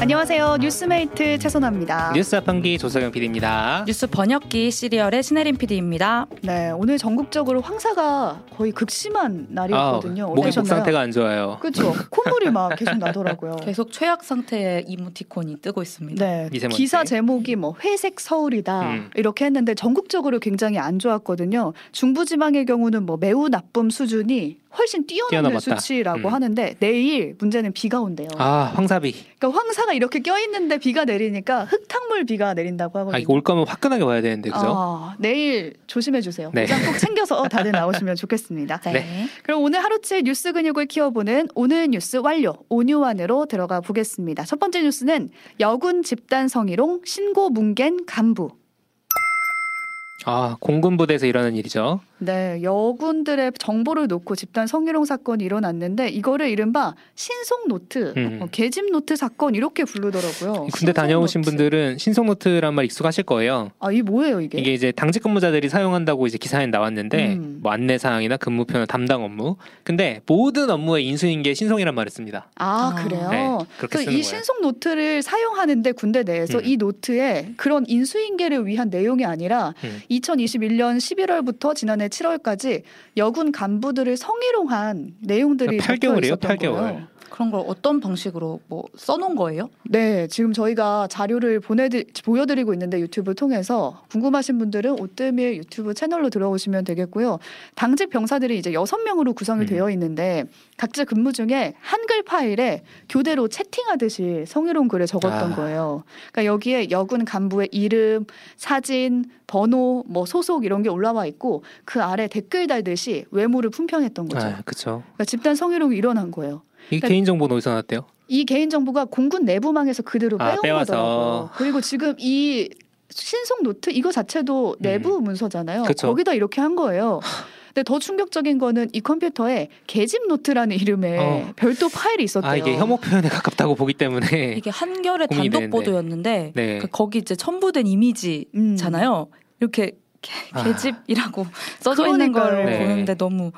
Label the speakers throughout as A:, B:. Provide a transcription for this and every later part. A: 안녕하세요. 뉴스메이트 최선아입니다.
B: 뉴스 자판기 조석영 PD입니다.
C: 뉴스 번역기 시리얼의 신혜림 PD입니다.
A: 네, 오늘 전국적으로 황사가 거의 극심한 날이었거든요.
B: 아, 목이 목
A: 어떠셨나요?
B: 상태가 안 좋아요.
A: 그렇죠. 콧물이 막 계속 나더라고요.
C: 계속 최악 상태의 이모티콘이 뜨고 있습니다.
A: 네,
B: 미세먼지.
A: 기사 제목이 뭐 회색 서울이다
B: 음.
A: 이렇게 했는데 전국적으로 굉장히 안 좋았거든요. 중부지방의 경우는 뭐 매우 나쁨 수준이 훨씬 뛰어넘는
B: 뛰어넘었다.
A: 수치라고
B: 음. 하는데
A: 하는데 내일 문제는 비가 온대요.
B: 아 황사비.
A: 그러니까 황사가 이렇게 껴있는데 비가 내리니까 흙탕물 비가 내린다고 하거든요.
B: 아, 이거 올 거면 화끈하게 와야 되는데 그죠?
A: 아, 내일 조심해 주세요.
B: 네.
A: 모자 꼭 챙겨서 다들 나오시면 좋겠습니다.
B: 네.
A: 그럼 오늘 하루치 뉴스 근육을 키워보는 오늘 뉴스 완료 온유완으로 들어가 보겠습니다. 첫 번째 뉴스는 여군 집단 성희롱 신고 뭉갠 간부.
B: 아 공군부대에서 일어난 일이죠.
A: 네, 여군들의 정보를 놓고 집단 성희롱 사건이 일어났는데 이거를 이른바 신속 노트,
B: 음.
A: 어, 계집 노트 사건 이렇게 부르더라고요.
B: 군대 다녀오신
A: 어, 신속 노트.
B: 분들은 신속노트란 말 익숙하실 거예요.
A: 아, 이 뭐예요 이게?
B: 이게 이제 당직 근무자들이 사용한다고 이제 기사에 나왔는데
A: 음.
B: 뭐 안내 사항이나 근무 표현 담당 업무. 근데 모든 업무의 인수인계 신성이란 말을 씁니다.
A: 아,
C: 아.
A: 그래요.
B: 네, 그렇게
A: 그래서
B: 쓰는
A: 이
B: 거예요.
A: 신속 노트를 사용하는데 군대 내에서
B: 음.
A: 이 노트에 그런 인수인계를 위한 내용이 아니라
B: 음.
A: 2021년 11월부터 지난해 7월까지 여군 간부들을 성희롱한 내용들이
B: 그러니까 팔
A: 적혀
B: 개월이에요?
A: 있었던
B: 팔 개월.
A: 거예요.
C: 그런 걸 어떤 방식으로 뭐 써놓은 거예요?
A: 네, 지금 저희가 자료를 보내드 보여드리고 있는데 유튜브 통해서 궁금하신 분들은 오뜨밀 유튜브 채널로 들어오시면 되겠고요. 당직 병사들이 이제 여섯 명으로 구성이
B: 음.
A: 되어 있는데 각자 근무 중에 한글 파일에 교대로 채팅하듯이 성희롱 글을 적었던
B: 아.
A: 거예요. 그러니까 여기에 여군 간부의 이름, 사진, 번호, 뭐 소속 이런 게 올라와 있고 그 아래 댓글 달듯이 외모를 품평했던 거죠.
B: 아 그렇죠.
A: 그러니까 집단 성희롱이 일어난 거예요.
B: 이
A: 그러니까-
B: 개인 정보는 어디서 나왔대요?
A: 이 개인 정보가 공군 내부망에서 그대로
B: 아,
A: 빼온
B: 빼와서.
A: 거더라고요. 그리고 지금 이 신속 노트 이거 자체도 내부 문서잖아요.
B: 음. 그쵸.
A: 거기다 이렇게 한 거예요. 근데 더 충격적인 거는 이 컴퓨터에 계집 노트라는 이름의
B: 어.
A: 별도 파일이 있었대요.
B: 아 이게 혐오 표현에 가깝다고 보기 때문에
C: 이게 한결의
B: 네. 고민이
C: 단독
B: 되는데.
C: 보도였는데
B: 네.
C: 그 거기 이제 첨부된 이미지잖아요.
A: 음.
C: 이렇게 개,
B: 아.
C: 집이라고 써져 있는 걸
A: 그러니까요.
B: 네.
C: 보는데 너무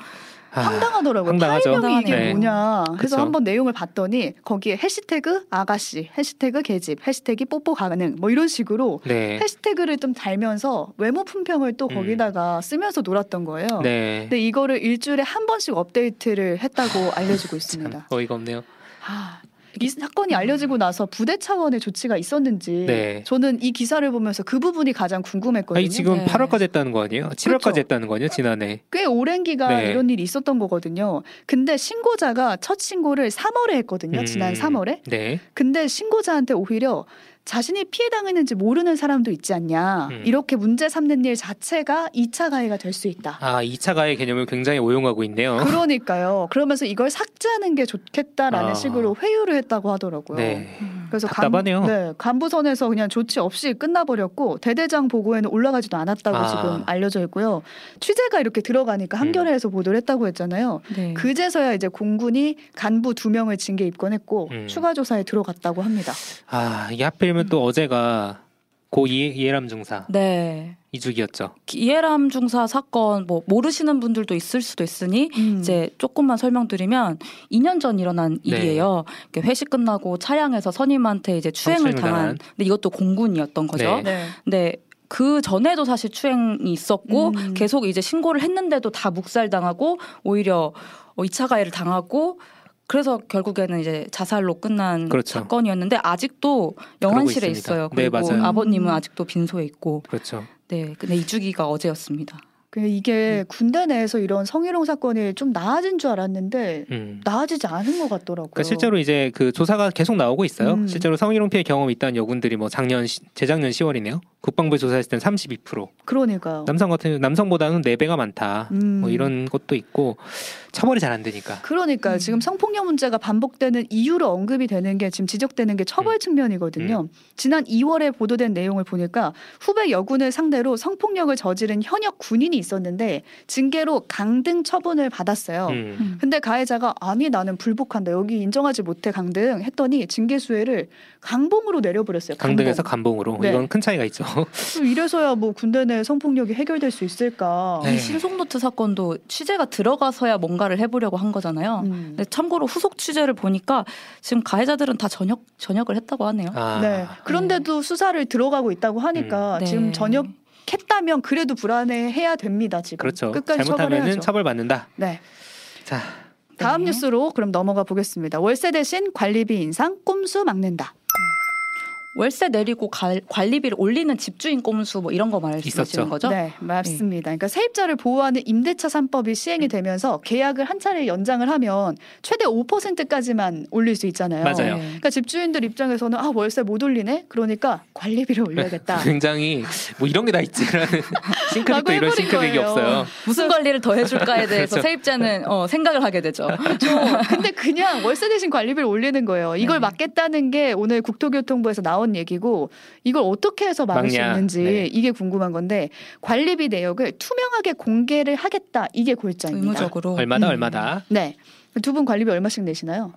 B: 아,
A: 황당하더라고요.
B: 황당하죠.
A: 파일명이 이게
B: 네.
A: 뭐냐. 그래서
B: 그쵸.
A: 한번 내용을 봤더니 거기에 해시태그 아가씨, 해시태그 계집, 해시태그 뽀뽀 가능 뭐 이런 식으로
B: 네.
A: 해시태그를 좀 달면서 외모 품평을 또
B: 음.
A: 거기다가 쓰면서 놀았던 거예요.
B: 네.
A: 근데 이거를 일주일에 한 번씩 업데이트를 했다고 알려지고
B: 참
A: 있습니다.
B: 어이가 없네요.
A: 아, 이 사건이 알려지고 나서 부대 차원의 조치가 있었는지
B: 네.
A: 저는 이 기사를 보면서 그 부분이 가장 궁금했거든요.
B: 아니 지금
C: 네.
B: 8월까지 했다는 거 아니에요? 7월까지
A: 그렇죠.
B: 했다는 거 아니에요? 지난해.
A: 꽤 오랜 기간
B: 네.
A: 이런 일이 있었던 거거든요. 근데 신고자가 첫 신고를 3월에 했거든요. 그렇죠. 지난
B: 음,
A: 3월에.
B: 네.
A: 근데 신고자한테 오히려 자신이 피해 당했는지 모르는 사람도 있지 않냐.
B: 음.
A: 이렇게 문제 삼는 일 자체가 2차 가해가 될 수 있다.
B: 아, 2차 가해 개념을 굉장히 오용하고 있네요.
A: 아, 그러니까요. 그러면서 이걸 삭제하는 게 좋겠다라는
B: 아.
A: 식으로 회유를 했다고 하더라고요.
B: 네.
A: 그래서
B: 답답하네요.
A: 간, 네, 간부선에서 그냥 조치 없이 끝나버렸고 대대장 보고에는 올라가지도 않았다고
B: 아.
A: 지금 알려져 있고요. 취재가 이렇게 들어가니까 한겨레에서
B: 음.
A: 보도를 했다고 했잖아요.
C: 네.
A: 그제서야 이제 공군이 간부 두 명을 징계 입건했고
B: 음.
A: 추가 조사에 들어갔다고 합니다.
B: 아, 이게 하필이면 또 어제가 고 이, 이해람 중사
A: 음.
C: 네.
B: 이주기였죠.
C: 이해람 중사 사건 뭐 모르시는 분들도 있을 수도 있으니
A: 음.
C: 이제 조금만 설명드리면 2년 전 일어난
B: 음. 네.
C: 일이에요. 이렇게 회식 끝나고 차량에서 선임한테 이제 추행을
B: 아, 성추행을
C: 당한.
B: 당한.
C: 근데 이것도 공군이었던 거죠.
B: 네.
A: 네.
C: 근데 그 전에도 사실 추행이 있었고
A: 음.
C: 계속 이제 신고를 했는데도 다 묵살 당하고 오히려 어, 2차 가해를 당하고 그래서 결국에는 이제 자살로
A: 음.
C: 끝난
B: 그렇죠.
C: 사건이었는데 아직도 영안실에
B: 있습니다.
C: 있어요.
B: 네,
C: 그리고
B: 맞아요.
C: 아버님은 아직도 빈소에 있고.
B: 그렇죠.
C: 네. 근데 이주기가 어제였습니다.
A: 그
B: 음.
A: 이게 군대 내에서 이런 성희롱 사건이 좀 나아진 줄 알았는데
B: 음.
A: 나아지지 않은 것 같더라고요.
B: 그러니까 실제로 이제 그 조사가 계속 나오고 있어요.
A: 음.
B: 실제로 성희롱 피해 경험이 있다는 여군들이 뭐 작년 시- 재작년 10월이네요. 국방부 조사했을 땐 32%.
A: 그러니까요.
B: 남성 같은 남성보다는 4배가 많다.
A: 음.
B: 뭐 이런 것도 있고 처벌이 잘 안 되니까.
A: 그러니까 요
C: 음.
A: 지금 성폭력 문제가 반복되는 이유로 언급이 되는 게 지금 지적되는 게
B: 네.
A: 처벌 측면이거든요.
B: 음.
A: 지난 2월에 보도된 내용을 보니까 후배 여군을 상대로 성폭력을 저지른 현역 군인이 있었는데 징계로 강등 처분을 받았어요.
B: 음.
A: 근데 가해자가 아니 나는 불복한다 여기 인정하지 못해 강등 했더니 징계 수혜를 강봉으로 내려버렸어요. 강봉.
B: 강등에서 간봉으로
A: 네.
B: 이건 큰 차이가 있죠.
A: 좀 이래서야 뭐 군대 내 성폭력이 해결될 수 있을까.
B: 네.
C: 이 신속노트 사건도 취재가 들어가서야 뭔가를 해보려고 한 거잖아요.
A: 음.
C: 근데 참고로 후속 취재를 보니까 지금 가해자들은 다 전역 전역을 했다고 하네요.
B: 아, 음.
A: 네. 그런데도 수사를 들어가고 있다고 하니까
C: 네.
A: 아, 지금 전역 했다면 그래도 불안해해야 됩니다. 지금
B: 그렇죠.
A: 끝까지
B: 잘못하면은
A: 처벌해야죠.
B: 처벌받는다.
A: 네.
B: 자,
A: 다음
C: 네.
A: 뉴스로 그럼 넘어가 보겠습니다. 월세 대신 관리비 인상 꼼수 막는다.
C: 월세 내리고 갈- 관리비를 올리는 집주인 꼼수 뭐 이런 거
B: 있었죠.
C: 말씀하시는 거죠?
A: 네, 맞습니다. 그러니까 세입자를 보호하는 임대차 3법이
B: 음.
A: 시행이 되면서 계약을 한 차례 연장을 하면 최대 5%까지만 올릴 수 있잖아요.
B: 맞아요.
C: 어,
A: 그러니까 집주인들 입장에서는 아, 월세 못 올리네. 그러니까 관리비를 올려야겠다.
B: 굉장히 뭐 이런 게 다 있지라는 싱크빅도 이런
A: 해버린
B: 싱크빅이
A: 거예요.
B: 없어요.
C: 무슨 관리를 더 해줄까에 대해서
B: 그렇죠.
C: 세입자는 어, 생각을 하게 되죠.
A: 그렇죠. 근데 그냥 월세 대신 관리비를 올리는 거예요. 이걸
C: 네.
A: 막겠다는 게 오늘 국토교통부에서 나온 얘기고 이걸 어떻게 해서 막을 수
B: 막냐.
A: 있는지
B: 네.
A: 이게 궁금한 건데 관리비 내역을 투명하게 공개를 하겠다 이게 골자입니다.
C: 의무적으로
B: 얼마다
A: 음.
B: 얼마다.
A: 네. 두 분 관리비 얼마씩 내시나요?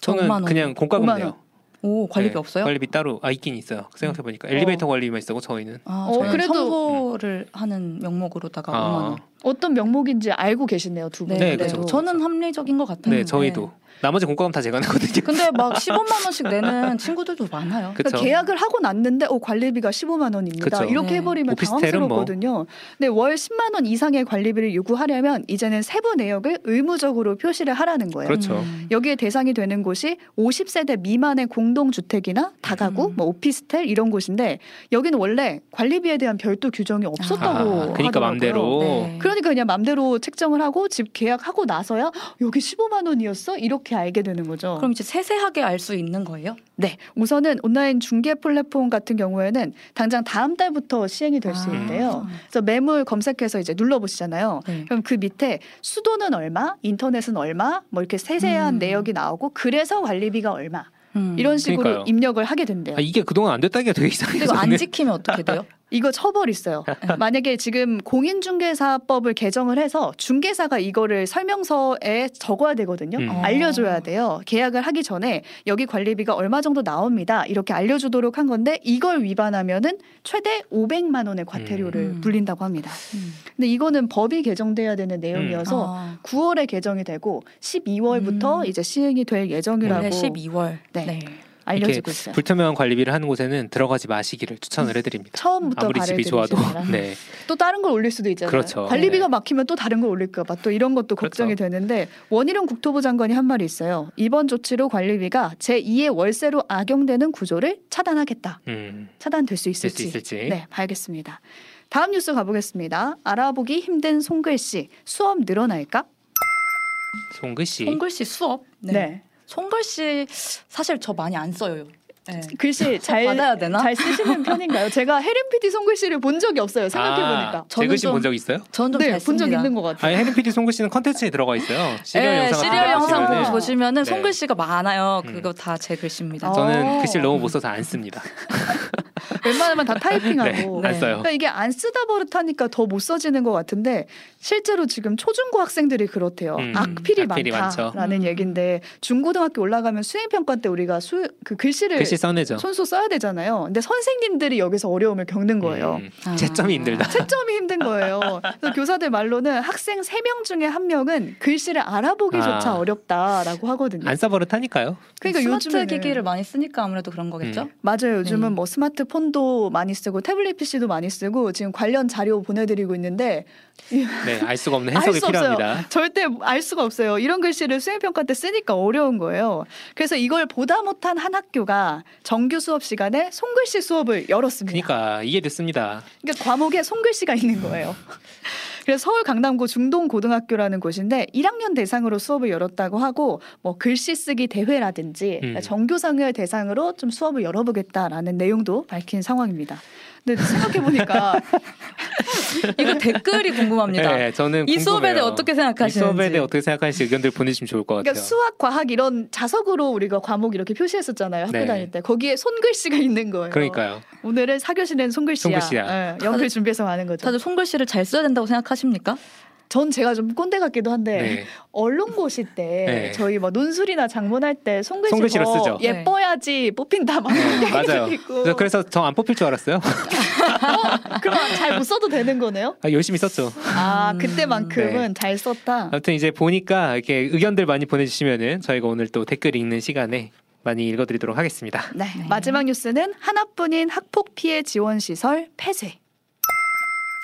B: 저는
C: 5만 원.
B: 그냥 공과금
A: 5만
B: 내요.
C: 오 관리비
B: 네,
C: 없어요?
B: 관리비 따로 아 있긴 있어요. 생각해 보니까
A: 음.
B: 엘리베이터 관리비만 있었고 저희는
C: 아,
A: 어,
C: 저희는
A: 그래도-
C: 청소를 하는 명목으로다가
A: 그러니까
B: 아.
C: 5만 원.
A: 어떤 명목인지 알고 계시네요, 두 분.
C: 네,
B: 네,
C: 네,
B: 그렇죠, 그쵸.
C: 저는 합리적인 것 같아요.
A: 음,
B: 네 저희도 나머지 공과금 다 제가
C: 네.
B: 내거든요.
C: 근데 막 15만 원씩 내는 친구들도 많아요.
B: 그쵸.
A: 그러니까 계약을 하고 났는데 어, 관리비가 15만 원입니다.
B: 그렇죠. 그쵸.
A: 이렇게
C: 네.
A: 해버리면
B: 그렇죠. 오피스텔은 뭐.
A: 당황스럽거든요. 근데 월 10만 원 이상의 관리비를 요구하려면 이제는 세부 내역을 의무적으로 표시를 하라는 거예요.
B: 그렇죠.
C: 음.
A: 여기에 대상이 되는 곳이 50세대 미만의 공동주택이나 다가구,
C: 음.
A: 뭐 오피스텔 이런 곳인데 여기는 원래 관리비에 대한 별도 규정이 없었다고
B: 아, 그러니까
A: 하더라고요.
B: 맘대로
C: 네.
A: 그러니까 그냥 맘대로 책정을 하고 집 계약하고 나서야 "헉, 여기 15만 원이었어 이렇게 알게 되는 거죠.
C: 그럼 이제 세세하게 알 수 있는 거예요?
A: 네, 우선은 온라인 중개 플랫폼 같은 경우에는 당장 다음 달부터 시행이 될 수
B: 음.
C: 아.
A: 있는데요. 그래서 매물 검색해서 이제 눌러보시잖아요.
C: 네.
A: 그럼 그 밑에 수도는 얼마, 인터넷은 얼마, 뭐 이렇게 세세한
C: 음.
A: 내역이 나오고 그래서 관리비가 얼마
C: 음.
A: 이런 식으로
B: 그러니까요.
A: 입력을 하게 된대요.
B: 아, 이게 그동안 안 됐다는 게 되게
C: 근데
B: 이상해요.
C: 이거 안
B: 저는.
C: 지키면 어떻게 돼요?
A: 이거 처벌 있어요. 만약에 지금 공인중개사법을 개정을 해서 중개사가 이거를 설명서에 적어야 되거든요.
B: 음.
A: 알려줘야 돼요. 계약을 하기 전에 여기 관리비가 얼마 정도 나옵니다. 이렇게 알려주도록 한 건데 이걸 위반하면은 최대 500만 원의 과태료를
C: 음.
A: 물린다고 합니다.
C: 음.
A: 근데 이거는 법이 개정돼야 되는
B: 음.
A: 내용이어서
C: 아,
A: 9월에 개정이 되고 12월부터
C: 음.
A: 이제 시행이 될 예정이라고
C: 올해 12월.
A: 네.
C: 네.
A: 알려지고 있어요.
B: 불투명한 관리비를 하는 곳에는 들어가지 마시기를 추천을 해드립니다.
A: 처음부터
B: 아무리 집이 좋아도
A: 바래들이시느라.
B: 네
A: 또 다른 걸 올릴 수도 있잖아요.
B: 그렇죠.
A: 관리비가
B: 네. 그렇죠.
A: 막히면 또 다른 걸 올릴까봐 또 이런 것도 걱정이 되는데 원희룡 국토부 장관이 한 말이 있어요. 이번 조치로 관리비가 제 2의 월세로 악용되는 구조를 차단하겠다.
B: 음,
A: 차단될 수
B: 될수
A: 있을지.
B: 있을지.
A: 네, 봐야겠습니다. 다음 뉴스 가보겠습니다. 알아보기 힘든 송글씨 수업 늘어날까?
B: 송글 씨.
C: 송글 씨 수업.
A: 네.
C: 송글 씨 사실 저 많이 안 써요. 네.
A: 글씨 잘
C: 받아야 되나?
A: 잘 쓰시는 편인가요? 제가 해림 PD 송글씨를 본 적이 없어요. 생각해 보니까.
B: 아, 제
C: 저는
B: 글씨
C: 좀-
B: 본적 있어요?
C: 저는
A: 네,
C: 좀잘
A: 본 적 있는 것 같아요.
B: 아니 해림 PD 송글 씨는 컨텐츠에 들어가 있어요. 시리얼
C: 네,
B: 영상
C: 시리얼 영상
A: 보시면은-
C: 보고
B: 네.
C: 보시면은 송글 씨가 많아요.
B: 음.
C: 그거 다 제 글씨입니다.
A: 아.
B: 저는 글씨를 너무
A: 음.
B: 못 써서 안 씁니다. 네,
A: 웬만하면 다 타이핑하고.
B: 안 써요.
A: 그러니까 이게 안 쓰다 버릇하니까 더 못 써지는 것 같은데 실제로 지금 초중고 학생들이 그렇대요.
B: 음,
A: 악필이
B: 악필이 많죠.
A: 많다라는
C: 음.
A: 얘긴데 중고등학교 올라가면 수행평가 때 우리가 수, 그 글씨를
B: 글씨 써내죠.
A: 손수 써야 되잖아요. 근데 선생님들이 여기서 어려움을 겪는 거예요.
B: 음, 채점이 힘들다.
A: 채점이 힘든 거예요. 그래서 교사들 말로는 학생 3명 중에 한명은 글씨를 알아보기조차
B: 아.
A: 어렵다라고 하거든요.
B: 안 써버릇하니까요.
A: 그러니까
C: 아, 스마트
A: 요즘에는
C: 기기를 많이 쓰니까 아무래도 그런 거겠죠.
B: 음.
A: 맞아요. 요즘은
C: 네.
A: 뭐 스마트폰도 많이 쓰고 태블릿 PC도 많이 쓰고 지금 관련 자료 보내드리고 있는데
B: 네, 알 수가 없는
A: 알
B: 해석이
A: 수 없어요.
B: 필요합니다.
A: 절대 알 수가 없어요. 이런 글씨를 수행평가 때 쓰니까 어려운 거예요. 그래서 이걸 보다 못한 한 학교가 정규 수업 시간에 손글씨 수업을 열었습니다.
B: 그러니까 이해됐습니다.
A: 그러니까 과목에 손글씨가 있는 거예요. 그래서 서울 강남구 중동고등학교라는 곳인데 1학년 대상으로 수업을 열었다고 하고 뭐 글씨 쓰기 대회라든지 그러니까
B: 음.
A: 정교상을 대상으로 좀 수업을 열어보겠다라는 내용도 밝힌 상황입니다. 근데 생각해 보니까
C: 이거 댓글이 궁금합니다.
B: 네, 저는
C: 이
B: 궁금해요.
C: 수업에 대해 어떻게
B: 이 수업에
C: 생각하시는지.
B: 대해 어떻게 생각하는지 의견들 보내주시면 좋을 것 같아요.
A: 그러니까 수학, 과학 이런 자석으로 우리가 과목 이렇게 표시했었잖아요 학교
B: 네.
A: 다닐 때 거기에 손글씨가 있는 거예요.
B: 그러니까요.
A: 오늘은 사교실엔 손글씨야.
B: 손글씨야.
A: 예, 연필 준비해서 가는 거죠.
C: 다들 손글씨를 잘 써야 된다고 생각하십니까?
A: 전 제가 좀 꼰대 같기도 한데
B: 네.
A: 언론고시 때
B: 네.
A: 저희 뭐 논술이나 장문할 때 손글씨
B: 손글씨로
A: 뭐
B: 쓰죠.
A: 예뻐야지 뽑힌다 막 이런
B: 네, 맞아요.
A: 얘기도 있고.
B: 그래서, 그래서 저 안 뽑힐 줄 알았어요.
A: 그럼 잘 못 써도 되는 거네요?
B: 아, 열심히 썼죠.
A: 아
C: 음,
A: 그때만큼은 잘 썼다.
B: 네. 아무튼 이제 보니까 이렇게 의견들 많이 보내주시면은 저희가 오늘 또 댓글 읽는 시간에 많이 읽어드리도록 하겠습니다.
A: 네. 마지막 뉴스는 하나뿐인 학폭 피해 지원 시설 폐쇄.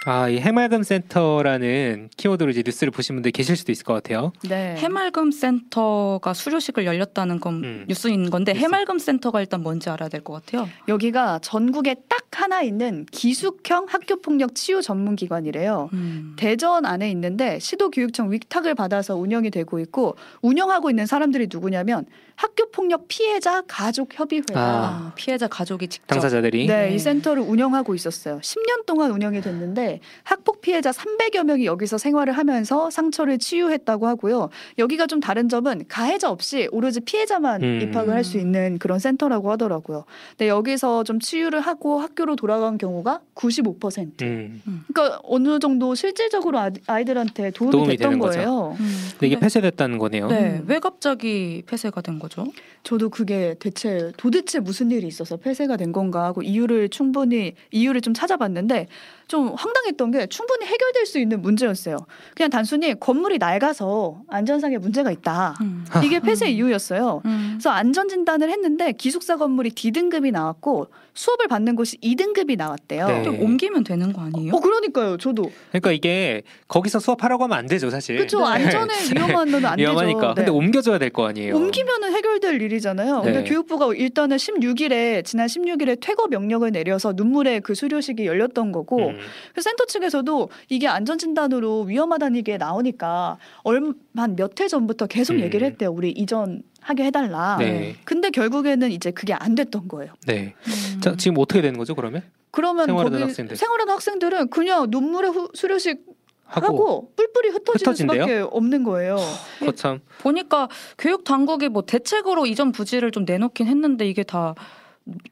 B: 아, 이 해맑음 센터라는 키워드로 이제 뉴스를 보신 분들 계실 수도 있을 것 같아요.
A: 네.
C: 해맑음 센터가 수료식을 열렸다는 건
B: 음.
C: 뉴스인 건데
B: 뉴스.
C: 해맑음 센터가 일단 뭔지 알아야 될 것 같아요.
A: 여기가 전국에 딱 하나 있는 기숙형 학교 폭력 치유 전문 기관이래요.
C: 음.
A: 대전 안에 있는데 시도교육청 위탁을 받아서 운영이 되고 있고 운영하고 있는 사람들이 누구냐면 학교 폭력 피해자 가족 협의회가
B: 아.
C: 아, 피해자 가족이 직접
B: 당사자들이
A: 네,
C: 네.
A: 이 센터를 운영하고 있었어요. 10년 동안 운영이 됐는데 학폭 피해자 300여 명이 여기서 생활을 하면서 상처를 치유했다고 하고요. 여기가 좀 다른 점은 가해자 없이 오로지 피해자만
B: 음.
A: 입학을 할 수 있는 그런 센터라고 하더라고요. 근데 여기서 좀 치유를 하고 학교로 돌아간 경우가 95%.
B: 음.
A: 그러니까 어느 정도 실질적으로 아- 아이들한테 도움이,
B: 도움이
A: 됐던
B: 되는 거죠.
A: 거예요.
C: 음,
B: 근데 이게
C: 근데-
B: 폐쇄됐다는 거네요.
C: 네, 왜 갑자기 폐쇄가 된 거죠?
A: 저도 그게 대체 도대체 무슨 일이 있어서 폐쇄가 된 건가 하고 이유를 충분히 이유를 좀 찾아봤는데 좀 황당했던 게 충분히 해결될 수 있는 문제였어요. 그냥 단순히 건물이 낡아서 안전상의 문제가 있다.
B: 아.
A: 이게 폐쇄
C: 음.
A: 이유였어요.
C: 음.
A: 그래서 안전 진단을 했는데 기숙사 건물이 D등급이 나왔고 수업을 받는 곳이 2등급이 나왔대요.
B: 네.
C: 또 옮기면 되는 거 아니에요?
A: 어 그러니까요. 저도
B: 그러니까 이게 거기서 수업하라고 하면 안 되죠, 사실.
A: 그렇죠.
C: 네.
A: 안전에 위험한 건안 되죠.
B: 위험하니까.
A: 네.
B: 근데 옮겨줘야 될 거 아니에요.
A: 옮기면은 해결될 일이잖아요.
B: 네.
A: 근데 교육부가 일단은 16일에 지난 16일에 퇴거 명령을 내려서 눈물의 그 수료식이 열렸던 거고
B: 음.
A: 그 센터 측에서도 이게 안전 진단으로 위험하다는 게 나오니까 얼한몇 해 전부터 계속
B: 음.
A: 얘기를 했대요. 우리 이전하게 해달라.
B: 네.
A: 근데 결국에는 이제 그게 안 됐던 거예요.
B: 네.
C: 음.
B: 자, 지금 어떻게 되는 거죠, 그러면?
A: 그러면
B: 생활하는
A: 거기
B: 학생들.
A: 생활하는 학생들은 그냥 눈물의 후- 수료식 하고,
B: 하고,
A: 뿔뿔이 흩어지는
B: 흩어진대요?
A: 수밖에 없는 거예요.
B: 어, 거참.
C: 보니까 교육 당국이 뭐 대책으로 이전 부지를 좀 내놓긴 했는데 이게 다.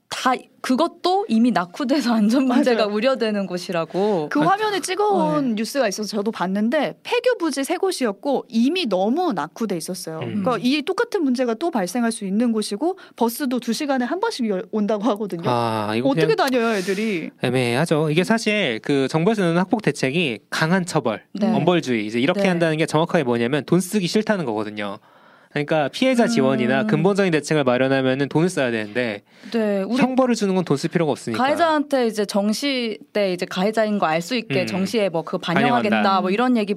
C: 다 그것도 이미 낙후돼서 안전 문제가
A: 맞아요.
C: 우려되는 곳이라고.
B: 아,
A: 그 화면에 찍어온
B: 예.
A: 뉴스가 있어서 저도 봤는데 폐교 부지 세 곳이었고 이미 너무 낙후돼 있었어요.
B: 음.
A: 그러니까 이 똑같은 문제가 또 발생할 수 있는 곳이고 버스도 두 시간에 한 번씩 열- 온다고 하거든요.
B: 아, 이거 그냥
A: 네. 어떻게 다녀요, 애들이?
B: 애매하죠. 이게 사실 그 정부에서는 학폭 대책이 강한 처벌,
C: 네.
B: 엄벌주의 이제 이렇게
C: 네.
B: 한다는 게 정확하게 뭐냐면 돈 쓰기 싫다는 거거든요. 그러니까 피해자 지원이나
C: 음.
B: 근본적인 대책을 마련하면 돈을 써야 되는데
C: 네, 우리
B: 형벌을 주는 건 돈 쓸 필요가 없으니까.
C: 가해자한테 이제 정시 때 이제 가해자인 거 알 수 있게
B: 음.
C: 정시에 뭐 그
B: 반영한다.
C: 반영하겠다 뭐 이런 얘기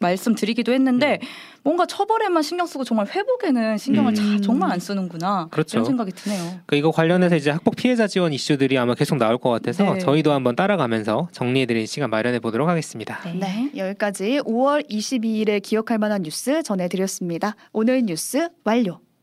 C: 말씀드리기도 했는데 뭔가 처벌에만 신경 쓰고 정말 회복에는 신경을
B: 음.
C: 자- 정말 안 쓰는구나
B: 그렇죠.
C: 이런 생각이 드네요.
B: 그 이거 관련해서 이제 학폭 피해자 지원 이슈들이 아마 계속 나올 것 같아서
C: 네.
B: 저희도 한번 따라가면서 정리해드리는 시간 마련해 보도록 하겠습니다.
A: 네, 여기까지 5월 22일에 기억할 만한 뉴스 전해드렸습니다. 오늘 뉴스 완료.